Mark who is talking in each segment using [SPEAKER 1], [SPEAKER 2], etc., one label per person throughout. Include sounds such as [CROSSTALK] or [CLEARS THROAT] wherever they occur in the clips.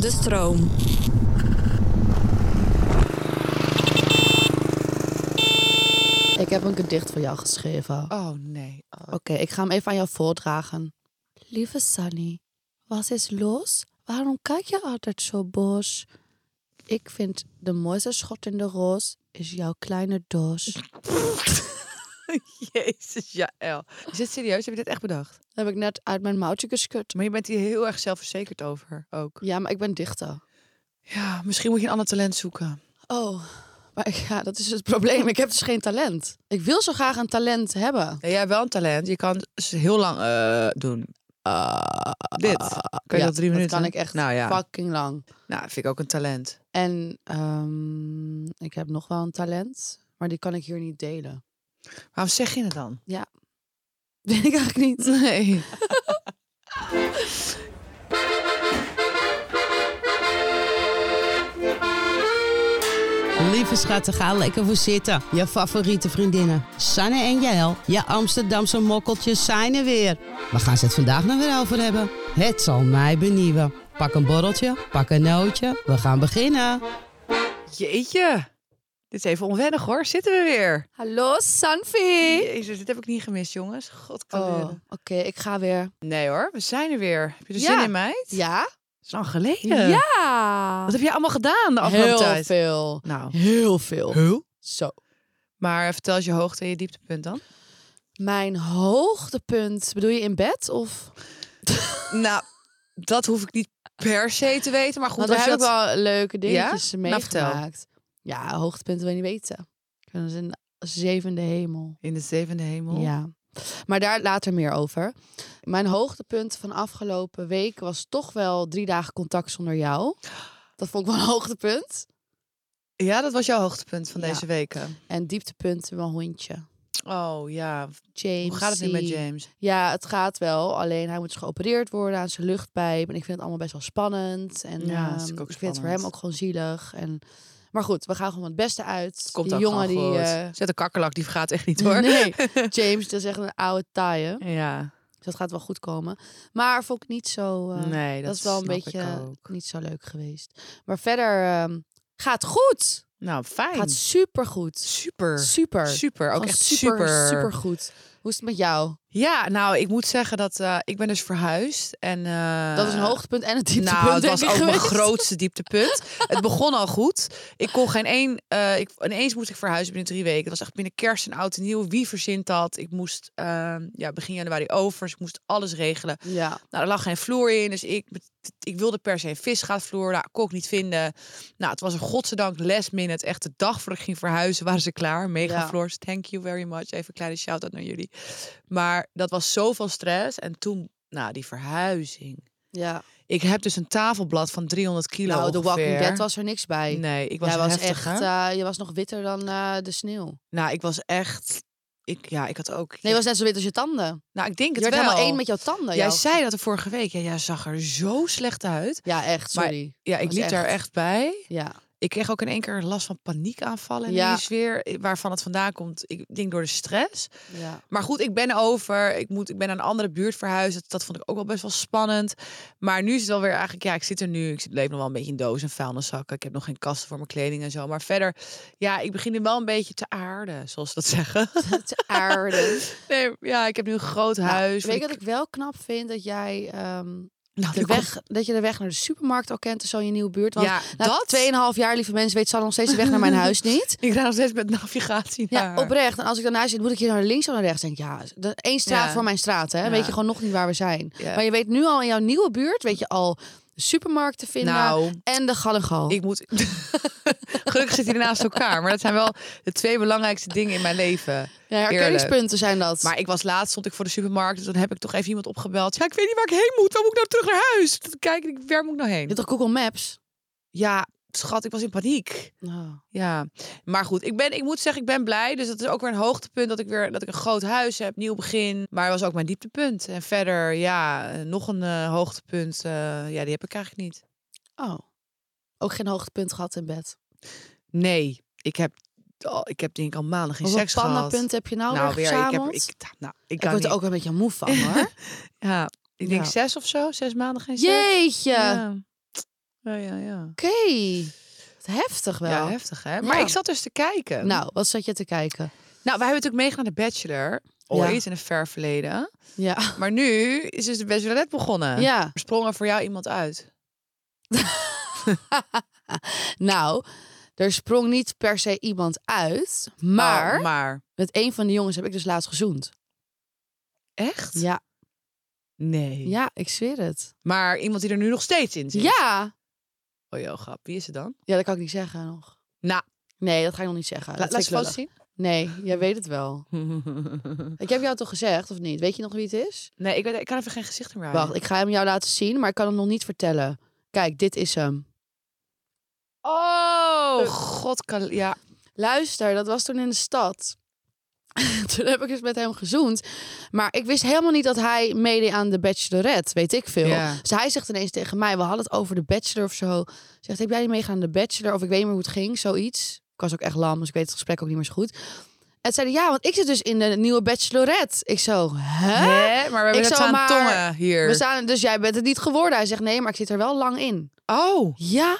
[SPEAKER 1] de stroom.
[SPEAKER 2] Ik heb een gedicht voor jou geschreven.
[SPEAKER 3] Oh [LAUGHS] nee.
[SPEAKER 2] Oké, ik ga hem even aan jou voordragen. Lieve Sunny, wat is los? Waarom kijk je altijd zo boos? Ik vind de mooiste schot in de roos is jouw kleine [LAUGHS] doos.
[SPEAKER 3] Jezus, ja, El. Is dit serieus? Heb je dit echt bedacht?
[SPEAKER 2] Dat heb ik net uit mijn mouwtje geschud.
[SPEAKER 3] Maar je bent hier heel erg zelfverzekerd over ook.
[SPEAKER 2] Ja, maar ik ben dichter.
[SPEAKER 3] Ja, misschien moet je een ander talent zoeken.
[SPEAKER 2] Oh, maar [LAUGHS] ik- ja, dat is het probleem. Ik heb dus geen talent. Ik wil zo graag een talent hebben.
[SPEAKER 3] Ja, jij hebt wel een talent. Je kan s- heel lang eh, doen.
[SPEAKER 2] Ah.
[SPEAKER 3] Ah, Dit. Kan je
[SPEAKER 2] ja,
[SPEAKER 3] dat drie minuten?
[SPEAKER 2] kan ik echt
[SPEAKER 3] Nou ja,
[SPEAKER 2] fucking lang.
[SPEAKER 3] nou, vind ik ook een talent.
[SPEAKER 2] En ehm, ik heb nog wel een talent, maar die kan ik hier niet delen. [LAUGHS]
[SPEAKER 3] Waarom zeg je het dan?
[SPEAKER 2] Weet ik eigenlijk niet.
[SPEAKER 3] [LAUGHS] Nee.
[SPEAKER 4] Lieve schatten, ga lekker voor zitten. Je favoriete vriendinnen, Sanne en Jael. Je Amsterdamse mokkeltjes zijn er weer. Waar gaan ze het vandaag nog weer over hebben? Het zal mij benieuwen. Pak een borreltje, pak een nootje. We gaan beginnen.
[SPEAKER 3] [LAUGHS] Jeetje. Dit is even onwennig hoor. Zitten we weer.
[SPEAKER 2] Hallo, Sanfi.
[SPEAKER 3] Jezus, dit heb ik niet gemist, jongens. God kan
[SPEAKER 2] Oh, oké, ik ga weer.
[SPEAKER 3] Nee hoor, we zijn er weer. Heb je er
[SPEAKER 2] Ja.
[SPEAKER 3] zin in, meid?
[SPEAKER 2] Ja?
[SPEAKER 3] Het is lang geleden.
[SPEAKER 2] Ja.
[SPEAKER 3] Wat heb je allemaal gedaan de afgelopen
[SPEAKER 2] Heel
[SPEAKER 3] tijd?
[SPEAKER 2] veel.
[SPEAKER 3] Nou,
[SPEAKER 2] Heel veel.
[SPEAKER 3] heel.
[SPEAKER 2] Zo.
[SPEAKER 3] Maar vertel eens je hoogte en je dieptepunt dan.
[SPEAKER 2] Mijn hoogtepunt, bedoel je in bed of?
[SPEAKER 3] Nou, dat hoef ik niet per se te weten. Maar goed,
[SPEAKER 2] Want daar
[SPEAKER 3] als je
[SPEAKER 2] heb ik
[SPEAKER 3] dat...
[SPEAKER 2] wel leuke dingetjes
[SPEAKER 3] Nou, vertel.
[SPEAKER 2] meegemaakt. ja, hoogtepunten wil je niet weten. Ik ben dus in de zevende hemel.
[SPEAKER 3] In de zevende hemel.
[SPEAKER 2] Ja, maar daar later meer over. Mijn hoogtepunt van afgelopen week was toch wel drie dagen contact zonder jou. Dat vond ik wel een hoogtepunt.
[SPEAKER 3] Ja, dat was jouw hoogtepunt van
[SPEAKER 2] Ja.
[SPEAKER 3] deze weken.
[SPEAKER 2] En dieptepunt mijn hondje.
[SPEAKER 3] Oh ja,
[SPEAKER 2] James.
[SPEAKER 3] hoe gaat het nu met James?
[SPEAKER 2] Ja, het gaat wel. Alleen hij moet dus geopereerd worden aan zijn luchtpijp. En ik vind het allemaal best wel spannend. En
[SPEAKER 3] Ja, dat
[SPEAKER 2] ehm,
[SPEAKER 3] is natuurlijk ook
[SPEAKER 2] ik vind het voor
[SPEAKER 3] spannend.
[SPEAKER 2] hem ook gewoon zielig. En... Maar goed, we gaan gewoon het beste uit.
[SPEAKER 3] Het komt
[SPEAKER 2] die
[SPEAKER 3] ook
[SPEAKER 2] jongen die.
[SPEAKER 3] gewoon goed.
[SPEAKER 2] eh,
[SPEAKER 3] Zet een kakkerlak, die gaat echt
[SPEAKER 2] [LAUGHS]
[SPEAKER 3] niet hoor.
[SPEAKER 2] Nee, James, dat is echt een oude taaie.
[SPEAKER 3] [LAUGHS] Ja,
[SPEAKER 2] Dus dat gaat wel goed komen. Maar vond ik niet zo. eh,
[SPEAKER 3] nee, dat,
[SPEAKER 2] dat, is wel een
[SPEAKER 3] snap ik
[SPEAKER 2] beetje eh,
[SPEAKER 3] ook.
[SPEAKER 2] niet zo leuk geweest. Maar verder ehm, gaat goed.
[SPEAKER 3] Nou, fijn.
[SPEAKER 2] Gaat supergoed.
[SPEAKER 3] super.
[SPEAKER 2] Super.
[SPEAKER 3] Super, ook
[SPEAKER 2] Gewoon
[SPEAKER 3] echt
[SPEAKER 2] super, super goed. Hoe is het met jou?
[SPEAKER 3] Ja, nou, ik moet zeggen dat eh, ik ben dus verhuisd. En, eh,
[SPEAKER 2] dat is een hoogtepunt en een dieptepunt.
[SPEAKER 3] Nou, het
[SPEAKER 2] denk
[SPEAKER 3] was
[SPEAKER 2] ik
[SPEAKER 3] ook mijn
[SPEAKER 2] geweest.
[SPEAKER 3] grootste dieptepunt. het begon al goed. Ik kon geen één... eh, ik, ineens moest ik verhuizen binnen drie weken. Het was echt binnen kerst en oud en nieuw. Wie verzint dat? Ik moest eh, ja, begin januari over. Dus ik moest alles regelen.
[SPEAKER 2] Ja.
[SPEAKER 3] Nou, er lag geen vloer in. Dus ik, ik wilde per se een visgaatvloer. Nou, kon ik niet vinden. Nou, het was een godzijdank last minute. Echt de dag voordat ik ging verhuizen waren ze klaar. Mega
[SPEAKER 2] Ja.
[SPEAKER 3] floors, thank you very much. Even een kleine shout-out naar jullie. Maar dat was zoveel stress. En toen, nou, die verhuizing.
[SPEAKER 2] ja.
[SPEAKER 3] Ik heb dus een tafelblad van 300 kilo
[SPEAKER 2] Nou, The Walking
[SPEAKER 3] ongeveer.
[SPEAKER 2] Dead was er niks bij.
[SPEAKER 3] Nee, ik was,
[SPEAKER 2] Jij was
[SPEAKER 3] heftig, hè?
[SPEAKER 2] echt, eh, je was nog witter dan eh, de sneeuw.
[SPEAKER 3] Nou, ik was echt... Ik, ja, ik had ook...
[SPEAKER 2] Nee, je was net zo wit als je tanden.
[SPEAKER 3] Nou, ik denk
[SPEAKER 2] Je
[SPEAKER 3] het
[SPEAKER 2] werd
[SPEAKER 3] wel.
[SPEAKER 2] helemaal één met jouw tanden.
[SPEAKER 3] Jij
[SPEAKER 2] jouw-
[SPEAKER 3] zei dat er vorige week. Ja, jij zag er zo slecht uit.
[SPEAKER 2] Ja, echt,
[SPEAKER 3] Maar-
[SPEAKER 2] sorry.
[SPEAKER 3] Ja, ik
[SPEAKER 2] Was
[SPEAKER 3] liep daar
[SPEAKER 2] echt.
[SPEAKER 3] echt bij.
[SPEAKER 2] Ja,
[SPEAKER 3] ik kreeg ook in één keer last van paniekaanvallen in
[SPEAKER 2] Ja.
[SPEAKER 3] die sfeer, eh, waarvan het vandaan komt. Ik denk door de stress.
[SPEAKER 2] ja. [LAUGHS]
[SPEAKER 3] Maar goed, ik ben over. Ik, moet, ik ben naar een andere buurt verhuisd. Dat, dat vond ik ook wel best wel spannend. Maar nu is het wel weer eigenlijk, ja, ik zit er nu. Ik zit- leef nog wel een beetje in dozen en vuilniszakken. Ik heb nog geen kasten voor mijn kleding en zo. Maar verder, ja, ik begin nu wel een beetje te aarden, zoals ze dat [LAUGHS] zeggen.
[SPEAKER 2] Te aarden.
[SPEAKER 3] Nee, ja, ik heb nu een groot huis.
[SPEAKER 2] Nou, Weet je
[SPEAKER 3] van
[SPEAKER 2] wat ik wel knap vind? Dat jij ehm,
[SPEAKER 3] die- [LAUGHS] nou,
[SPEAKER 2] de
[SPEAKER 3] nu komt-
[SPEAKER 2] weg, dat je de weg naar de supermarkt al kent, dus zo in je nieuwe buurt. Want
[SPEAKER 3] Ja,
[SPEAKER 2] na
[SPEAKER 3] dat.
[SPEAKER 2] 2,5 jaar, lieve mensen, weet Sanne nog steeds de weg naar
[SPEAKER 3] [LAUGHS]
[SPEAKER 2] mijn huis niet.
[SPEAKER 3] Ik ga nog steeds met navigatie
[SPEAKER 2] Ja,
[SPEAKER 3] naar.
[SPEAKER 2] oprecht. En als ik daarna zit, moet ik hier naar links of naar rechts. Denk ik, ja, de- één straat
[SPEAKER 3] Ja.
[SPEAKER 2] voor mijn straat, hè?
[SPEAKER 3] Ja.
[SPEAKER 2] Weet je gewoon nog niet waar we zijn.
[SPEAKER 3] Ja.
[SPEAKER 2] Maar je weet nu al in jouw nieuwe buurt, weet je al de supermarkt te vinden
[SPEAKER 3] Nou,
[SPEAKER 2] en de gallegal.
[SPEAKER 3] Ik moet. [LAUGHS] Gelukkig zit hij naast elkaar. Maar dat zijn wel de twee belangrijkste dingen in mijn leven.
[SPEAKER 2] Ja, herkenningspunten zijn dat.
[SPEAKER 3] Maar ik was laatst, stond ik voor de supermarkt. En toen heb ik toch even iemand opgebeld. Ja, ik weet niet waar ik heen moet. Waar moet ik nou terug naar huis? Toen Kijk, ik, waar moet ik nou
[SPEAKER 2] je
[SPEAKER 3] heen?
[SPEAKER 2] hebt toch Google Maps?
[SPEAKER 3] Ja, schat, ik was in paniek.
[SPEAKER 2] Nou,
[SPEAKER 3] Ja, maar goed, ik, ben, ik moet zeggen, ik ben blij. Dus dat is ook weer een hoogtepunt dat ik weer dat ik een groot huis heb, nieuw begin. Maar dat was ook mijn dieptepunt. En verder, ja, nog een eh, hoogtepunt. eh, ja, die heb ik eigenlijk niet.
[SPEAKER 2] Oh. Ook geen hoogtepunt gehad in bed.
[SPEAKER 3] Nee, ik heb, oh, ik heb denk ik al maanden geen
[SPEAKER 2] Hoeveel
[SPEAKER 3] seks gehad.
[SPEAKER 2] pandapunten heb je nou,
[SPEAKER 3] Nou, weer, ik heb,
[SPEAKER 2] verzameld?
[SPEAKER 3] ik, nou, ik
[SPEAKER 2] Ik
[SPEAKER 3] kan
[SPEAKER 2] word er
[SPEAKER 3] niet.
[SPEAKER 2] ook een beetje moe
[SPEAKER 3] [LAUGHS]
[SPEAKER 2] van, hoor.
[SPEAKER 3] Ja, ik denk
[SPEAKER 2] Ja.
[SPEAKER 3] zes of zo, zes maanden geen seks.
[SPEAKER 2] Jeetje!
[SPEAKER 3] Ja. Ja, ja, ja.
[SPEAKER 2] Oké. Heftig wel.
[SPEAKER 3] Ja, heftig hè. Maar
[SPEAKER 2] Ja.
[SPEAKER 3] ik zat dus te kijken.
[SPEAKER 2] nou, wat zat je te kijken?
[SPEAKER 3] Nou, wij hebben natuurlijk meegedaan aan de Bachelor. Ooit in een ver verleden.
[SPEAKER 2] Ja.
[SPEAKER 3] Maar nu is dus de Bachelorette
[SPEAKER 2] [LAUGHS]
[SPEAKER 3] begonnen.
[SPEAKER 2] Ja.
[SPEAKER 3] Er sprong er voor jou iemand uit.
[SPEAKER 2] Nou, er sprong niet per se iemand uit. Maar
[SPEAKER 3] Oh, maar.
[SPEAKER 2] met een van de jongens heb ik dus laatst gezoend.
[SPEAKER 3] Echt?
[SPEAKER 2] Ja,
[SPEAKER 3] Nee.
[SPEAKER 2] ja ik zweer het.
[SPEAKER 3] Maar iemand die er nu nog steeds in zit.
[SPEAKER 2] Ja.
[SPEAKER 3] Oh joh, grap. Wie is het dan?
[SPEAKER 2] Ja, dat kan ik niet zeggen nog.
[SPEAKER 3] Nou.
[SPEAKER 2] Nee, dat ga ik nog niet zeggen.
[SPEAKER 3] La-
[SPEAKER 2] Dat
[SPEAKER 3] laat
[SPEAKER 2] vind
[SPEAKER 3] je
[SPEAKER 2] ik
[SPEAKER 3] foto
[SPEAKER 2] lullig.
[SPEAKER 3] zien.
[SPEAKER 2] Nee, jij weet het wel. Ik heb jou toch gezegd, of niet? Weet je nog wie het is?
[SPEAKER 3] [LAUGHS] nee, ik, weet, ik kan even geen gezicht meer
[SPEAKER 2] Wacht, ik ga hem jou laten zien, maar ik kan hem nog niet vertellen. Kijk, dit is hem.
[SPEAKER 3] Oh, god. Kan, ja.
[SPEAKER 2] Luister, dat was toen in de stad. [LAUGHS] toen heb ik dus met hem gezoend. Maar ik wist helemaal niet dat hij meedeed aan de Bachelorette, weet ik veel.
[SPEAKER 3] Ja.
[SPEAKER 2] Dus hij zegt ineens tegen mij, we hadden het over de Bachelor of zo. Zegt, heb jij niet meegaan aan de Bachelor? Of ik weet niet meer hoe het ging, zoiets. Ik was ook echt lam, dus ik weet het gesprek ook niet meer zo goed. En zeiden, ja, want ik zit dus in de nieuwe Bachelorette. Ik zo, hè?
[SPEAKER 3] Hè? Maar we hebben
[SPEAKER 2] Ik
[SPEAKER 3] het
[SPEAKER 2] zou
[SPEAKER 3] aan
[SPEAKER 2] maar-
[SPEAKER 3] tongen hier.
[SPEAKER 2] We staan, dus jij bent het niet geworden. Hij zegt, nee, maar ik zit er wel lang in.
[SPEAKER 3] Oh.
[SPEAKER 2] Ja?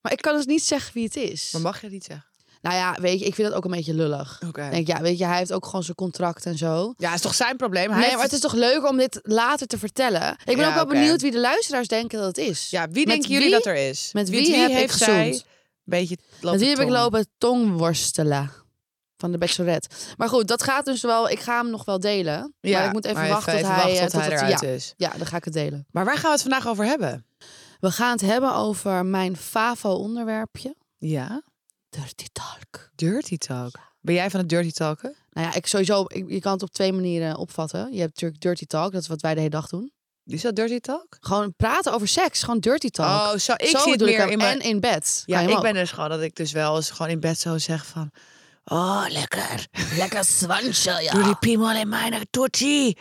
[SPEAKER 2] Maar ik kan dus niet zeggen wie het is.
[SPEAKER 3] Maar mag je dat niet zeggen?
[SPEAKER 2] Nou ja, weet je, ik vind dat ook een beetje lullig.
[SPEAKER 3] Oké.
[SPEAKER 2] Ik denk, ja, weet je, hij heeft ook gewoon zijn contract en zo.
[SPEAKER 3] Ja, is toch zijn probleem? Hij
[SPEAKER 2] Nee,
[SPEAKER 3] heeft
[SPEAKER 2] maar het is toch leuk om dit later te vertellen? Ik ben
[SPEAKER 3] Ja,
[SPEAKER 2] ook wel
[SPEAKER 3] oké.
[SPEAKER 2] benieuwd wie de luisteraars denken dat het is.
[SPEAKER 3] Dus Ja, wie
[SPEAKER 2] Met
[SPEAKER 3] denken jullie
[SPEAKER 2] wie-
[SPEAKER 3] dat er is?
[SPEAKER 2] met wie heb ik
[SPEAKER 3] heeft zij
[SPEAKER 2] gezoend?
[SPEAKER 3] een beetje lopen
[SPEAKER 2] Met wie heb ik
[SPEAKER 3] tongen?
[SPEAKER 2] lopen tongworstelen van de Bachelorette. Maar goed, dat gaat dus wel. Ik ga hem nog wel delen.
[SPEAKER 3] Ja,
[SPEAKER 2] maar ik moet even
[SPEAKER 3] maar
[SPEAKER 2] wachten
[SPEAKER 3] even
[SPEAKER 2] tot hij,
[SPEAKER 3] wachten
[SPEAKER 2] eh,
[SPEAKER 3] tot hij
[SPEAKER 2] totdat-
[SPEAKER 3] eruit
[SPEAKER 2] ja,
[SPEAKER 3] is.
[SPEAKER 2] ja, dan ga ik het delen.
[SPEAKER 3] Maar waar gaan we het vandaag over hebben?
[SPEAKER 2] We gaan het hebben over mijn favo-onderwerpje.
[SPEAKER 3] Ja,
[SPEAKER 2] Dirty talk.
[SPEAKER 3] dirty talk. Ben jij van het dirty talken?
[SPEAKER 2] Nou ja, ik sowieso, ik- je kan het op twee manieren opvatten. Je hebt natuurlijk dirty talk, dat is wat wij de hele dag doen.
[SPEAKER 3] Is dat dirty talk?
[SPEAKER 2] Gewoon praten over seks, gewoon dirty talk.
[SPEAKER 3] Oh, zo, ik
[SPEAKER 2] Zo
[SPEAKER 3] zit
[SPEAKER 2] bedoel ik
[SPEAKER 3] meer
[SPEAKER 2] hem.
[SPEAKER 3] in mijn...
[SPEAKER 2] En in bed.
[SPEAKER 3] Ja,
[SPEAKER 2] Kan je hem
[SPEAKER 3] ik
[SPEAKER 2] ook.
[SPEAKER 3] ben dus gewoon dat ik dus wel eens gewoon in bed zo zeg van... Oh, lekker.
[SPEAKER 2] Lekker zwansje, ja.
[SPEAKER 3] Doe die piemel in mijn toetsie.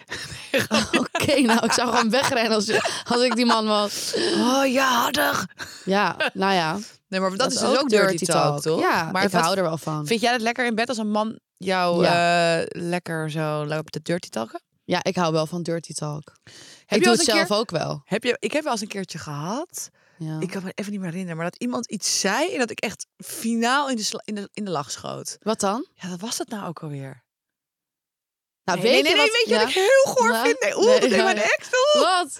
[SPEAKER 2] [LAUGHS] Oké, nou, ik zou gewoon wegrennen als, als ik die man was.
[SPEAKER 3] Oh, ja, hardig.
[SPEAKER 2] Ja, nou ja.
[SPEAKER 3] Nee, maar dat, is dus ook, dirty talk, toch?
[SPEAKER 2] Ja,
[SPEAKER 3] maar
[SPEAKER 2] maar ik
[SPEAKER 3] wat-
[SPEAKER 2] hou er wel van.
[SPEAKER 3] Vind jij dat lekker in bed als een man jou
[SPEAKER 2] Ja.
[SPEAKER 3] eh, lekker zo loopt te dirty talken?
[SPEAKER 2] Ja, ik hou wel van dirty talk.
[SPEAKER 3] je
[SPEAKER 2] ik doe
[SPEAKER 3] wel
[SPEAKER 2] het
[SPEAKER 3] eens een
[SPEAKER 2] zelf
[SPEAKER 3] keer-
[SPEAKER 2] ook wel.
[SPEAKER 3] Heb je, ik heb wel eens een keertje gehad.
[SPEAKER 2] Ja.
[SPEAKER 3] Ik kan me even niet meer herinneren, maar dat iemand iets zei en dat ik echt finaal in de, sla- in de, in de lach schoot.
[SPEAKER 2] Wat dan?
[SPEAKER 3] Ja, dat was dat nou ook alweer.
[SPEAKER 2] Nou,
[SPEAKER 3] nee,
[SPEAKER 2] weet
[SPEAKER 3] nee,
[SPEAKER 2] je
[SPEAKER 3] nee,
[SPEAKER 2] wat...
[SPEAKER 3] weet je wat
[SPEAKER 2] ja.
[SPEAKER 3] ik heel goor
[SPEAKER 2] Ja.
[SPEAKER 3] vind? Nee, oeh,
[SPEAKER 2] Nee,
[SPEAKER 3] dat deed
[SPEAKER 2] ja,
[SPEAKER 3] mijn
[SPEAKER 2] ja.
[SPEAKER 3] ex. oeh.
[SPEAKER 2] Wat?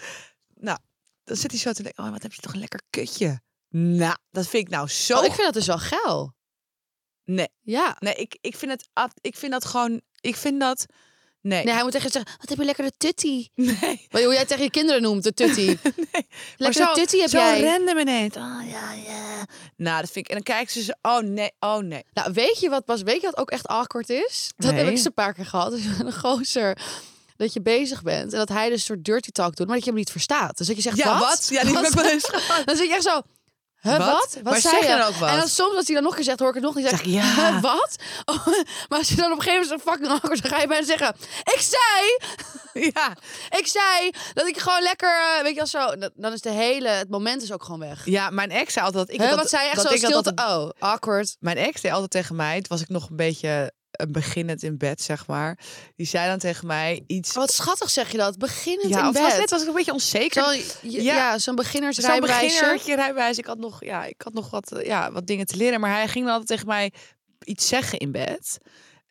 [SPEAKER 3] Dan zit hij zo te denken, oh, wat heb je toch een lekker kutje. Nou, dat vind ik nou zo...
[SPEAKER 2] Oh, ik vind dat dus wel geil.
[SPEAKER 3] Nee.
[SPEAKER 2] Ja.
[SPEAKER 3] Nee, ik, ik, vind het, ab- ik vind dat gewoon... Ik vind dat... Nee.
[SPEAKER 2] Nee, hij moet tegen je zeggen, wat heb je lekkere tutty.
[SPEAKER 3] [LAUGHS] nee.
[SPEAKER 2] Hoe jij het tegen je kinderen noemt, de
[SPEAKER 3] [LAUGHS]
[SPEAKER 2] tutty.
[SPEAKER 3] Maar
[SPEAKER 2] Lekkere
[SPEAKER 3] zo-
[SPEAKER 2] tutty heb
[SPEAKER 3] zo
[SPEAKER 2] jij.
[SPEAKER 3] random ineens. Oh, ja, ja. Nou, dat vind ik... En dan kijken ze zo... Oh, nee. Oh, nee.
[SPEAKER 2] Nou, weet je wat, Bas? Weet je wat ook echt awkward is? Dat heb
[SPEAKER 3] Nee.
[SPEAKER 2] ik ze een paar keer gehad. [LAUGHS] Dus met een gozer dat je bezig bent en dat hij dus een soort dirty talk doet, maar dat je hem niet verstaat. Dus dat je zegt
[SPEAKER 3] Ja,
[SPEAKER 2] wat?
[SPEAKER 3] [LAUGHS] wat?
[SPEAKER 2] [LAUGHS]
[SPEAKER 3] Ja, die heb ik wel eens gehad.
[SPEAKER 2] Dan zit je echt zo. Huh,
[SPEAKER 3] Wat?
[SPEAKER 2] wat? Wat
[SPEAKER 3] Maar
[SPEAKER 2] zei
[SPEAKER 3] zeg
[SPEAKER 2] je?
[SPEAKER 3] dan ook wat.
[SPEAKER 2] En dan soms als hij dan nog gezegd hoor ik [LAUGHS] het nog niet. Zeg,
[SPEAKER 3] Zeg, ja.
[SPEAKER 2] "Huh, wat? Oh, maar als je dan op een gegeven moment zo fucking awkward, dan ga je bijna zeggen: ik zei,
[SPEAKER 3] [LAUGHS] Ja.
[SPEAKER 2] ik zei dat ik gewoon lekker, eh, weet je wel zo. Dan- Dan is de hele, het moment is ook gewoon weg.
[SPEAKER 3] Ja, mijn ex zei altijd dat ik
[SPEAKER 2] Huh,
[SPEAKER 3] dat,
[SPEAKER 2] wat zei je echt
[SPEAKER 3] dat
[SPEAKER 2] zo
[SPEAKER 3] ik dat
[SPEAKER 2] stilte?
[SPEAKER 3] altijd-
[SPEAKER 2] Oh, awkward.
[SPEAKER 3] Mijn ex zei altijd tegen mij, toen was ik nog een beetje eh, beginnend in bed, zeg maar. Die zei dan tegen mij iets.
[SPEAKER 2] Oh, wat schattig zeg je dat. Beginnend
[SPEAKER 3] ja,
[SPEAKER 2] in
[SPEAKER 3] of
[SPEAKER 2] bed.
[SPEAKER 3] was net was ik een beetje onzeker.
[SPEAKER 2] Zo'n, ja,
[SPEAKER 3] Ja.
[SPEAKER 2] ja, zo'n
[SPEAKER 3] Zo'n
[SPEAKER 2] beginnersrijbewijzer.
[SPEAKER 3] beginnertje rijbewijs. Ik had nog, ja, ik had nog wat, eh, ja, wat dingen te leren. Maar hij ging dan altijd tegen mij iets zeggen in bed.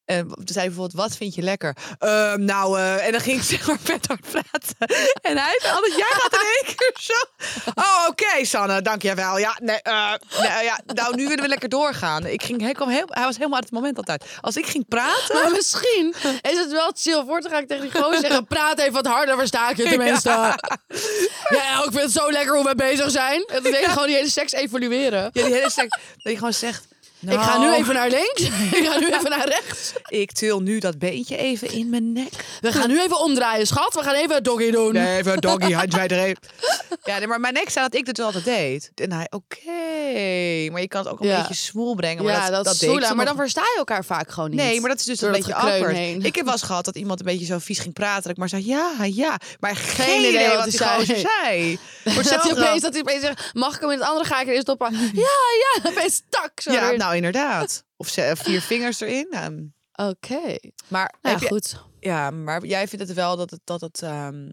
[SPEAKER 3] En toen zei hij bijvoorbeeld, wat vind je lekker? Ehm, nou, eh, en dan ging ik [LAUGHS] zeg maar vet hard praten. En hij zei altijd, jij gaat in één keer zo. Oh, oké, Sanne, dankjewel. Ja, nee, eh, nee, ja, nou, nu willen we lekker doorgaan. Ik ging, hij, kwam heel, hij was helemaal uit het moment altijd. Als ik ging praten...
[SPEAKER 2] [LAUGHS] Maar misschien is het wel chill voor te gaan tegen die gozer
[SPEAKER 3] [LAUGHS]
[SPEAKER 2] zeggen... praat even wat harder, versta ik je tenminste. Ja. ik vind het zo lekker hoe we bezig zijn. Het is gewoon die hele seks evolueren.
[SPEAKER 3] Ja, die hele stek, dat je gewoon zegt...
[SPEAKER 2] Ik ga nu
[SPEAKER 3] nou,
[SPEAKER 2] even naar links, [LAUGHS] ik ga nu even naar rechts.
[SPEAKER 3] Ik til nu dat beentje even in mijn nek.
[SPEAKER 2] We gaan nu even omdraaien, schat. We gaan even het doggy doen.
[SPEAKER 3] Nee, even een [LAUGHS] doggy, handje erin. Ja, nee, maar mijn ex zei dat ik dat wel altijd deed. En hij, oké. Maar je kan het ook een
[SPEAKER 2] Ja.
[SPEAKER 3] beetje smoel brengen. Maar
[SPEAKER 2] Ja,
[SPEAKER 3] dat,
[SPEAKER 2] dat,
[SPEAKER 3] dat
[SPEAKER 2] is
[SPEAKER 3] deed ik
[SPEAKER 2] zoela,
[SPEAKER 3] toen
[SPEAKER 2] Maar dan
[SPEAKER 3] nog-
[SPEAKER 2] versta je elkaar vaak gewoon niet.
[SPEAKER 3] Nee, maar dat is dus
[SPEAKER 2] Door
[SPEAKER 3] een
[SPEAKER 2] dat
[SPEAKER 3] beetje
[SPEAKER 2] gekreun
[SPEAKER 3] awkward.
[SPEAKER 2] heen.
[SPEAKER 3] Ik heb wel eens gehad dat iemand een beetje zo vies ging praten. Dat ik maar zei, ja, ja. Maar geen,
[SPEAKER 2] Geen
[SPEAKER 3] idee,
[SPEAKER 2] idee
[SPEAKER 3] wat
[SPEAKER 2] wat
[SPEAKER 3] die
[SPEAKER 2] hij
[SPEAKER 3] gozer
[SPEAKER 2] zei.
[SPEAKER 3] zei. Wordt
[SPEAKER 2] dat [LAUGHS]
[SPEAKER 3] zelf
[SPEAKER 2] hij
[SPEAKER 3] gedaan.
[SPEAKER 2] opeens, dat hij opeens zegt, mag ik hem in het andere ga ik er eerst op
[SPEAKER 3] [LAUGHS]
[SPEAKER 2] aan. Ja, ja, opeens tak. Zo
[SPEAKER 3] Ja,
[SPEAKER 2] weer.
[SPEAKER 3] nou inderdaad. Of ze- vier vingers erin. Nou,
[SPEAKER 2] Oké.
[SPEAKER 3] maar,
[SPEAKER 2] Nou,
[SPEAKER 3] heb je-
[SPEAKER 2] goed.
[SPEAKER 3] ja, maar jij vindt het wel dat het... Dat het ehm,